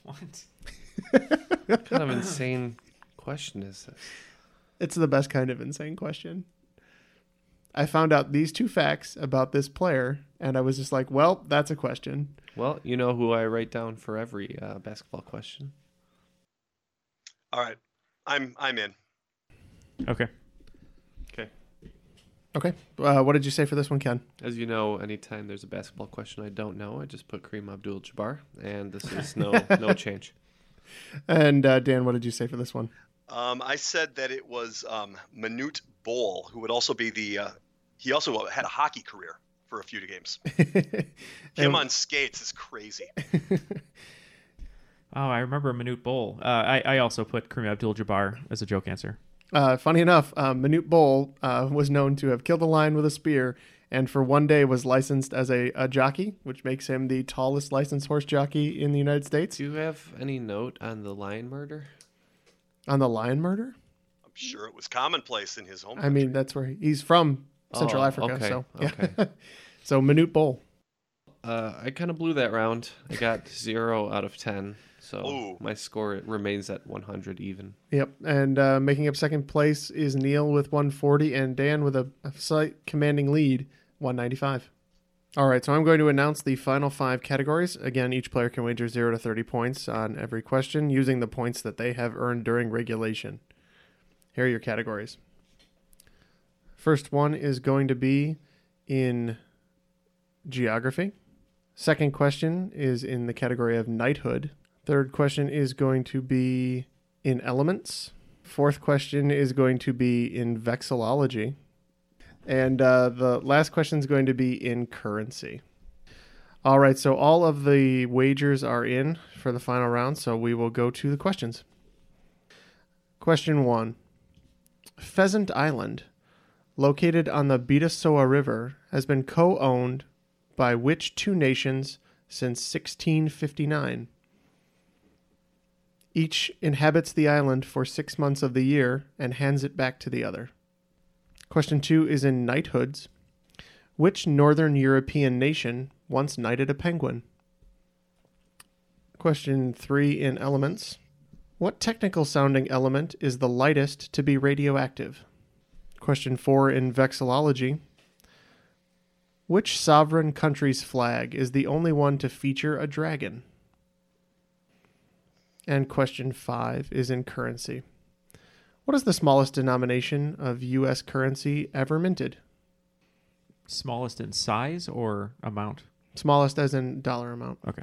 S4: What kind of insane question is this?
S3: It's the best kind of insane question. I found out these two facts about this player, and I was just like, "Well, that's a question."
S4: Well, you know who I write down for every uh, basketball question.
S6: All right, I'm I'm in.
S5: Okay.
S4: Okay.
S3: Okay, uh, what did you say for this one, Ken?
S4: As you know, anytime there's a basketball question I don't know, I just put Kareem Abdul-Jabbar, and this is no no change.
S3: And uh, Dan, what did you say for this one?
S6: Um, I said that it was um, Manute Bol, who would also be the. Uh, he also had a hockey career for a few games. Him
S5: And-
S6: on skates is crazy.
S5: Oh, I remember Manute Bowl. Uh, I I also put Kareem Abdul-Jabbar as a joke answer.
S3: Uh, funny enough, uh, Manute Bol uh, was known to have killed a lion with a spear, and for one day was licensed as a, a jockey, which makes him the tallest licensed horse jockey in the United States.
S4: Do you have any note on the lion murder?
S3: On the lion murder?
S6: I'm sure it was commonplace in his home.
S3: I mean, that's where he- he's from, Central
S4: Oh,
S3: Africa.
S4: okay,
S3: So, yeah. so Manute Bol.
S4: Uh, I kind of blew that round. I got zero out of ten, so my score remains at 100 even.
S3: Yep. And uh, making up second place is Neil with 140 and Dan with a, a slight commanding lead, 195. All right, so I'm going to announce the final five categories. Again, each player can wager 0 to 30 points on every question using the points that they have earned during regulation. Here are your categories. First one is going to be in geography. Second question is in the category of knighthood. Third question is going to be in elements. Fourth question is going to be in vexillology. And uh, the last question is going to be in currency. All right, so all of the wagers are in for the final round, so we will go to the questions. Question one Pheasant Island, located on the Bidassoa River, has been co owned by which two nations since 1659? Each inhabits the island for six months of the year and hands it back to the other. Question two is in knighthoods. Which northern European nation once knighted a penguin? Question three in elements. What technical sounding element is the lightest to be radioactive? Question four in vexillology. Which sovereign country's flag is the only one to feature a dragon? And question five is in currency. What is the smallest denomination of U.S. currency ever minted?
S5: Smallest in size or amount?
S3: Smallest as in dollar amount.
S5: Okay.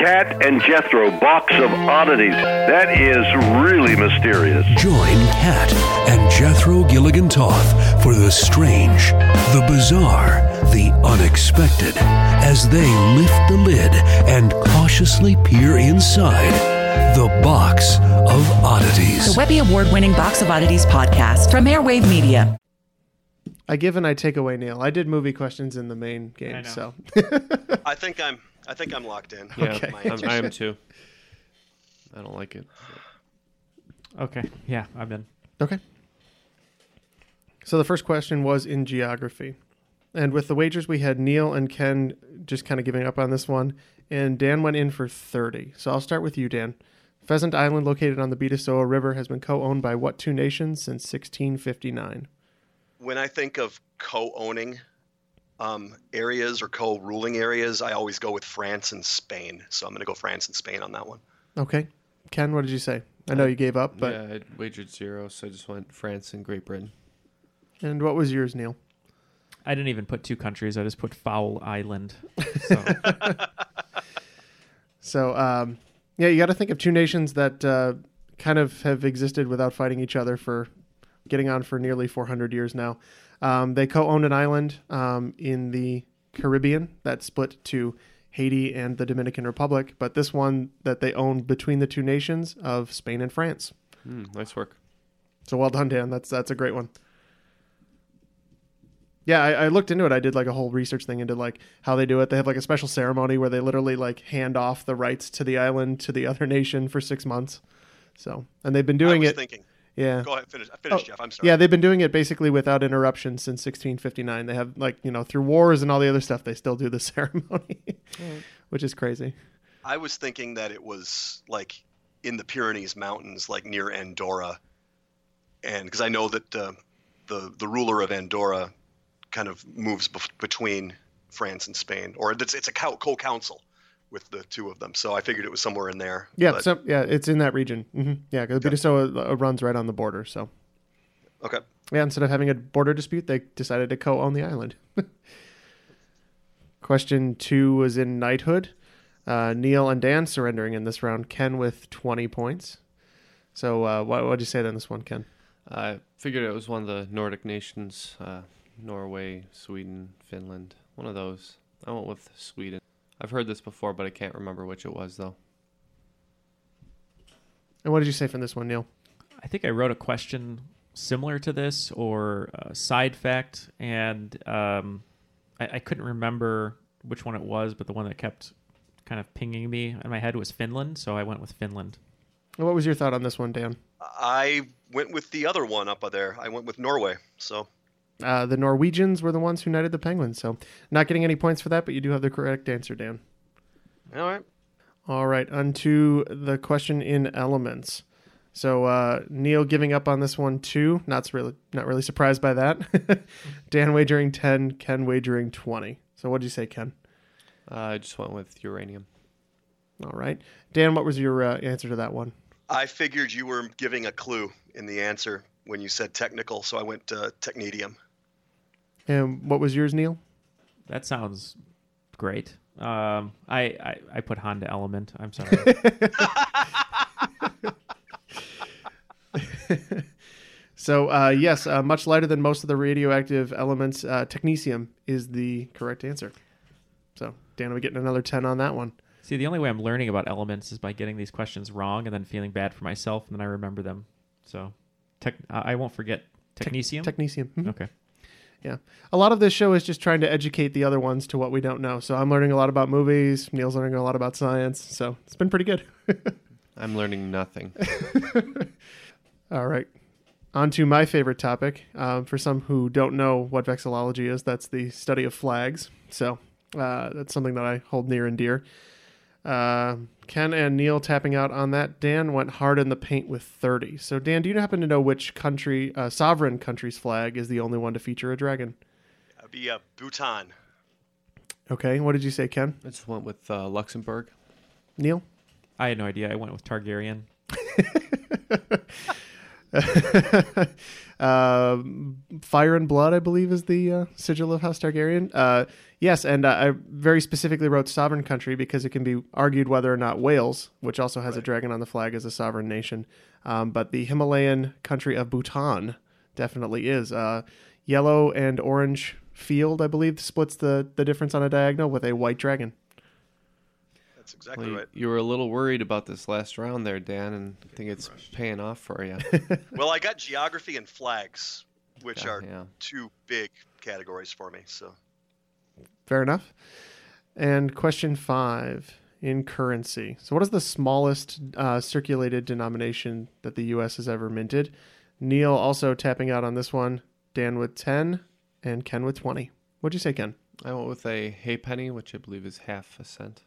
S9: Cat and Jethro, box of oddities. That is really mysterious.
S10: Join Kat and Jethro Gilligan Toth for the strange, the bizarre, the unexpected as they lift the lid and cautiously peer inside the box of
S11: The
S10: oddities.
S11: Webby Award winning Box of Oddities podcast from Airwave Media.
S3: I give and I take away, Neil. I did movie questions in the main game,
S6: I know.
S3: so
S6: I think I'm I think I'm locked in.
S4: Yeah,
S6: with my
S4: I'm, I
S6: answers.
S4: am too. I don't like it.
S5: Okay. Yeah, I'm in.
S3: Okay. So the first question was in geography. And with the wagers, we had Neil and Ken just kind of giving up on this one. And Dan went in for 30. So I'll start with you, Dan. Pheasant Island, located on the Betasoa River, has been co owned by what two nations since 1659?
S6: When I think of co-owning um, areas or co-ruling areas, I always go with France and Spain. So I'm going to go France and Spain on that one.
S3: Okay. Ken, what did you say? I know you gave up, but.
S4: yeah, I wagered zero, so I just went France and Great Britain.
S3: And what was yours, Neil?
S5: I didn't even put two countries. I just put Foul Island. So.
S3: So, um, yeah, you got to think of two nations that uh, kind of have existed without fighting each other for getting on for nearly 400 years now. Um, they co owned an island um, in the Caribbean that split to Haiti and the Dominican Republic, but this one that they owned between the two nations of Spain and France.
S4: Hmm, nice work.
S3: So well done, Dan. That's that's a great one. Yeah, I, I looked into it. I did like a whole research thing into like how they do it. They have like a special ceremony where they literally like hand off the rights to the island to the other nation for six months. So and they've been doing
S6: I was
S3: it.
S6: Thinking.
S3: Yeah. Oh,
S6: Go ahead. Finish. Finish, Jeff. I'm sorry.
S3: Yeah, they've been doing it basically without interruption since 1659. They have like you know through wars and all the other stuff, they still do the ceremony, which is crazy.
S6: I was thinking that it was like in the Pyrenees Mountains, like near Andorra, and because I know that uh, the the ruler of Andorra kind of moves bef- between France and Spain, or it's it's a co- co-council with the two of them. So I figured it was somewhere in there.
S3: Yeah,
S6: but-
S3: so yeah, it's in that region. hmm Yeah, because Bidassoa uh, runs right on the border, so.
S6: okay.
S3: Yeah, instead of having a border dispute, they decided to co own the island. Question two was in knighthood. Uh, Neil and Dan surrendering in this round. Ken with 20 points. So, uh, what would you say on this one, Ken?
S4: I figured it was one of the Nordic nations uh, Norway, Sweden, Finland. One of those. I went with Sweden. I've heard this before, but I can't remember which it was, though.
S3: And what did you say from this one, Neil?
S5: I think I wrote a question similar to this or a side fact, and um, I, I couldn't remember which one it was, but the one that kept kind of pinging me in my head was Finland, so I went with Finland.
S3: And What was your thought on this one, Dan?
S6: I went with the other one up there. I went with Norway. So
S3: Uh, the Norwegians were the ones who knighted the penguins, so not getting any points for that, but you do have the correct answer, Dan.
S6: all right.
S3: All right, onto the question in elements. So uh, Neil giving up on this one too. Not really, not really surprised by that. Dan wagering ten, Ken wagering twenty. So what did you say, Ken?
S4: Uh, I just went with uranium.
S3: All right, Dan, what was your uh, answer to that one?
S6: I figured you were giving a clue in the answer when you said technical, so I went uh, technetium.
S3: And what was yours, Neil?
S5: That sounds great. Um, I, I I put Honda Element. I'm sorry.
S3: So uh, yes, uh, much lighter than most of the radioactive elements, uh, technetium is the correct answer. So Dan, we getting another ten on that one.
S5: See, the only way I'm learning about elements is by getting these questions wrong and then feeling bad for myself, and then I remember them. So, tech, I I won't forget technetium.
S3: Technetium. mhm.
S5: okay.
S3: Yeah. A lot of this show is just trying to educate the other ones to what we don't know. So I'm learning a lot about movies. Neil's learning a lot about science. So it's been pretty good.
S4: I'm learning nothing.
S3: All right. On to my favorite topic. Um, for some who don't know what vexillology is, that's the study of flags. So uh, that's something that I hold near and dear. Uh, Ken and Neil tapping out on that. Dan went hard in the paint with 30. So, Dan, do you happen to know which country, uh, sovereign country's flag, is the only one to feature a dragon?
S6: That'd be uh, Bhutan.
S3: Okay. What did you say, Ken?
S4: I just went with uh, Luxembourg.
S3: Neil?
S5: I had no idea. I went with Targaryen.
S3: Um Fire and Blood, I believe, is the uh, sigil of House Targaryen. Uh, yes, and uh, I very specifically wrote sovereign country because it can be argued whether or not Wales, which also has a dragon on the flag, is a sovereign nation. Um, but the Himalayan country of Bhutan definitely is. Uh, yellow and orange field, I believe, splits the, the difference on a diagonal with a white dragon.
S6: That's exactly
S4: you,
S6: right.
S4: You were a little worried about this last round there, Dan, and I think it's paying off for you.
S6: Well, I got geography and flags, which
S4: Yeah,
S6: are
S4: yeah.
S6: two big categories for me. So
S3: Fair enough. And question five in currency. So, what is the smallest uh, circulated denomination that the U.S. has ever minted? Neil also tapping out on this one. Dan with 10, and Ken with 20. What'd you say, Ken?
S4: I went with a hay penny, which I believe is half a cent.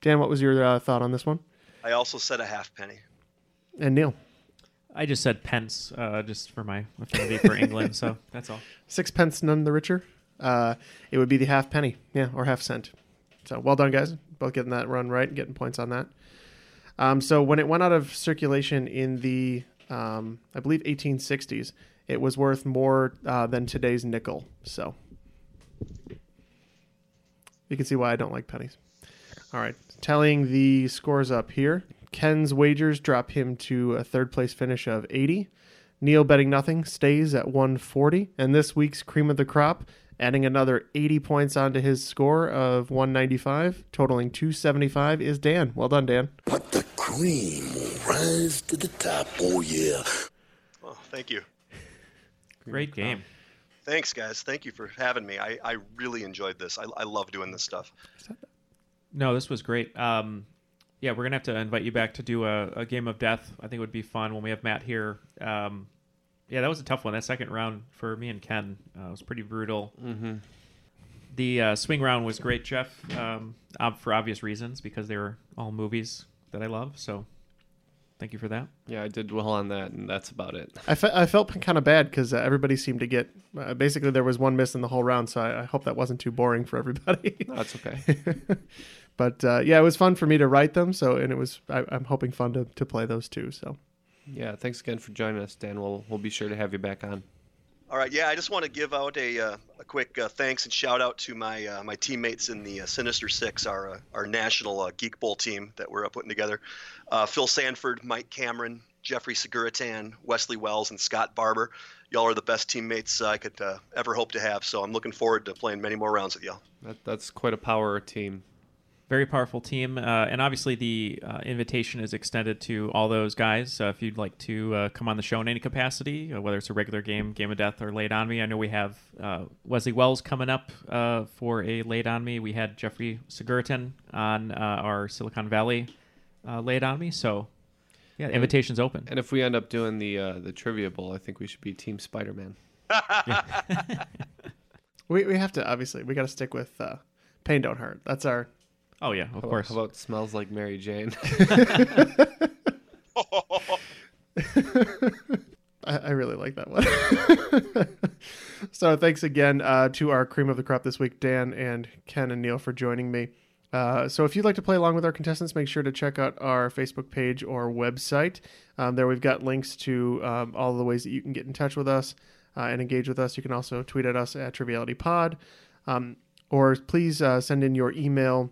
S3: Dan, what was your uh, thought on this one?
S6: I also said a half penny.
S3: And Neil?
S5: I just said pence, uh, just for my affinity for England. So that's all.
S3: Sixpence, none the richer. Uh, it would be the half penny, yeah, or half cent. So well done, guys. Both getting that run right, getting points on that. Um, so when it went out of circulation in the, um, I believe, 1860s, it was worth more uh, than today's nickel. So you can see why I don't like pennies. All right, tallying the scores up here. Ken's wagers drop him to a third place finish of 80. Neil betting nothing stays at 140. And this week's cream of the crop, adding another 80 points onto his score of 195, totaling 275, is Dan. Well done, Dan.
S2: Cream will rise to the top. Oh, yeah.
S6: Well, Oh, thank you.
S5: Great game.
S6: Thanks, guys. Thank you for having me. I, I really enjoyed this. I, I love doing this stuff.
S5: No, this was great. Um, yeah, we're gonna have to invite you back to do a, a game of death. I think it would be fun when we have Matt here. Um, yeah, that was a tough one. That second round for me and Ken uh, was pretty brutal.
S4: Mm-hmm.
S5: The uh, swing round was great, Jeff, um, ob- for obvious reasons because they were all movies that I love. So thank you for that.
S4: Yeah, I did well on that, and that's about it.
S3: I, fe- I felt kind of bad because uh, everybody seemed to get. Uh, basically, there was one miss in the whole round, so I, I hope that wasn't too boring for everybody.
S4: That's okay.
S3: but uh, yeah, it was fun for me to write them. So, and it was I, I'm hoping fun to, to play those too. So,
S4: Yeah, thanks again for joining us, Dan. We'll we'll be sure to have you back on.
S6: All right, yeah, I just want to give out a, uh, a quick uh, thanks and shout out to my uh, my teammates in the uh, Sinister Six, our uh, our national uh, Geek Bowl team that we're uh, putting together. Uh, Phil Sanford, Mike Cameron, Jeffrey Seguritan, Wesley Wells, and Scott Barber. Y'all are the best teammates I could uh, ever hope to have. So I'm looking forward to playing many more rounds with y'all.
S4: That, that's quite a power team.
S5: Very powerful team, uh, and obviously the uh, invitation is extended to all those guys. So if you'd like to uh, come on the show in any capacity, uh, whether it's a regular game, game of death, or late on me, I know we have uh, Wesley Wells coming up uh, for a late on me. We had Jeffrey Seguritan on uh, our Silicon Valley uh, late on me. So yeah, the invitation's open.
S4: And if we end up doing the uh, the trivia bowl, I think we should be Team Spider Man.
S3: we we have to obviously we got to stick with uh, pain don't hurt. That's our.
S5: Oh yeah,
S4: How about- How about smells like Mary Jane?
S3: I, I really like that one. so thanks again uh, to our cream of the crop this week, Dan and Ken and Neil for joining me. Uh, so if you'd like to play along with our contestants, make sure to check out our Facebook page or website. Um, there we've got links to um, all the ways that you can get in touch with us uh, and engage with us. You can also tweet at us at Triviality Pod, um, or please uh, send in your email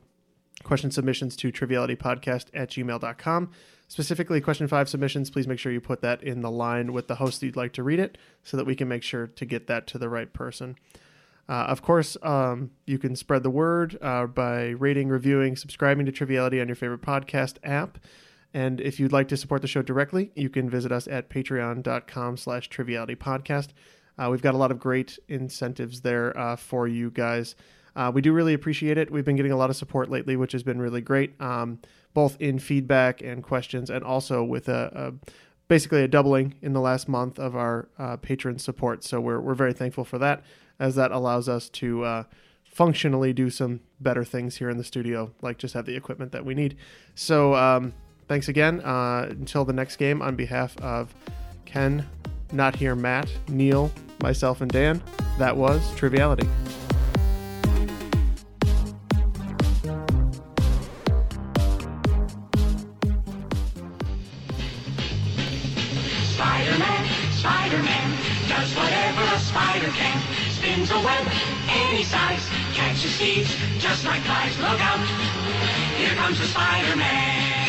S3: question submissions to trivialitypodcast at gmail.com. Specifically, question five submissions, please make sure you put that in the line with the host that you'd like to read it so that we can make sure to get that to the right person. Uh, of course, um, you can spread the word uh, by rating, reviewing, subscribing to Triviality on your favorite podcast app. And if you'd like to support the show directly, you can visit us at patreon.com slash triviality podcast. Uh, we've got a lot of great incentives there uh, for you guys. Uh, we do really appreciate it. We've been getting a lot of support lately, which has been really great, um, both in feedback and questions, and also with a, a basically a doubling in the last month of our uh, patron support. So we're we're very thankful for that, as that allows us to uh, functionally do some better things here in the studio, like just have the equipment that we need. So um, thanks again. Uh, until the next game, on behalf of Ken, not here, Matt, Neil, myself, and Dan, that was Triviality.
S12: Spider-Man, Spider-Man, does whatever a spider can. Spins a web any size, catches thieves just like flies. Look out, here comes the Spider-Man.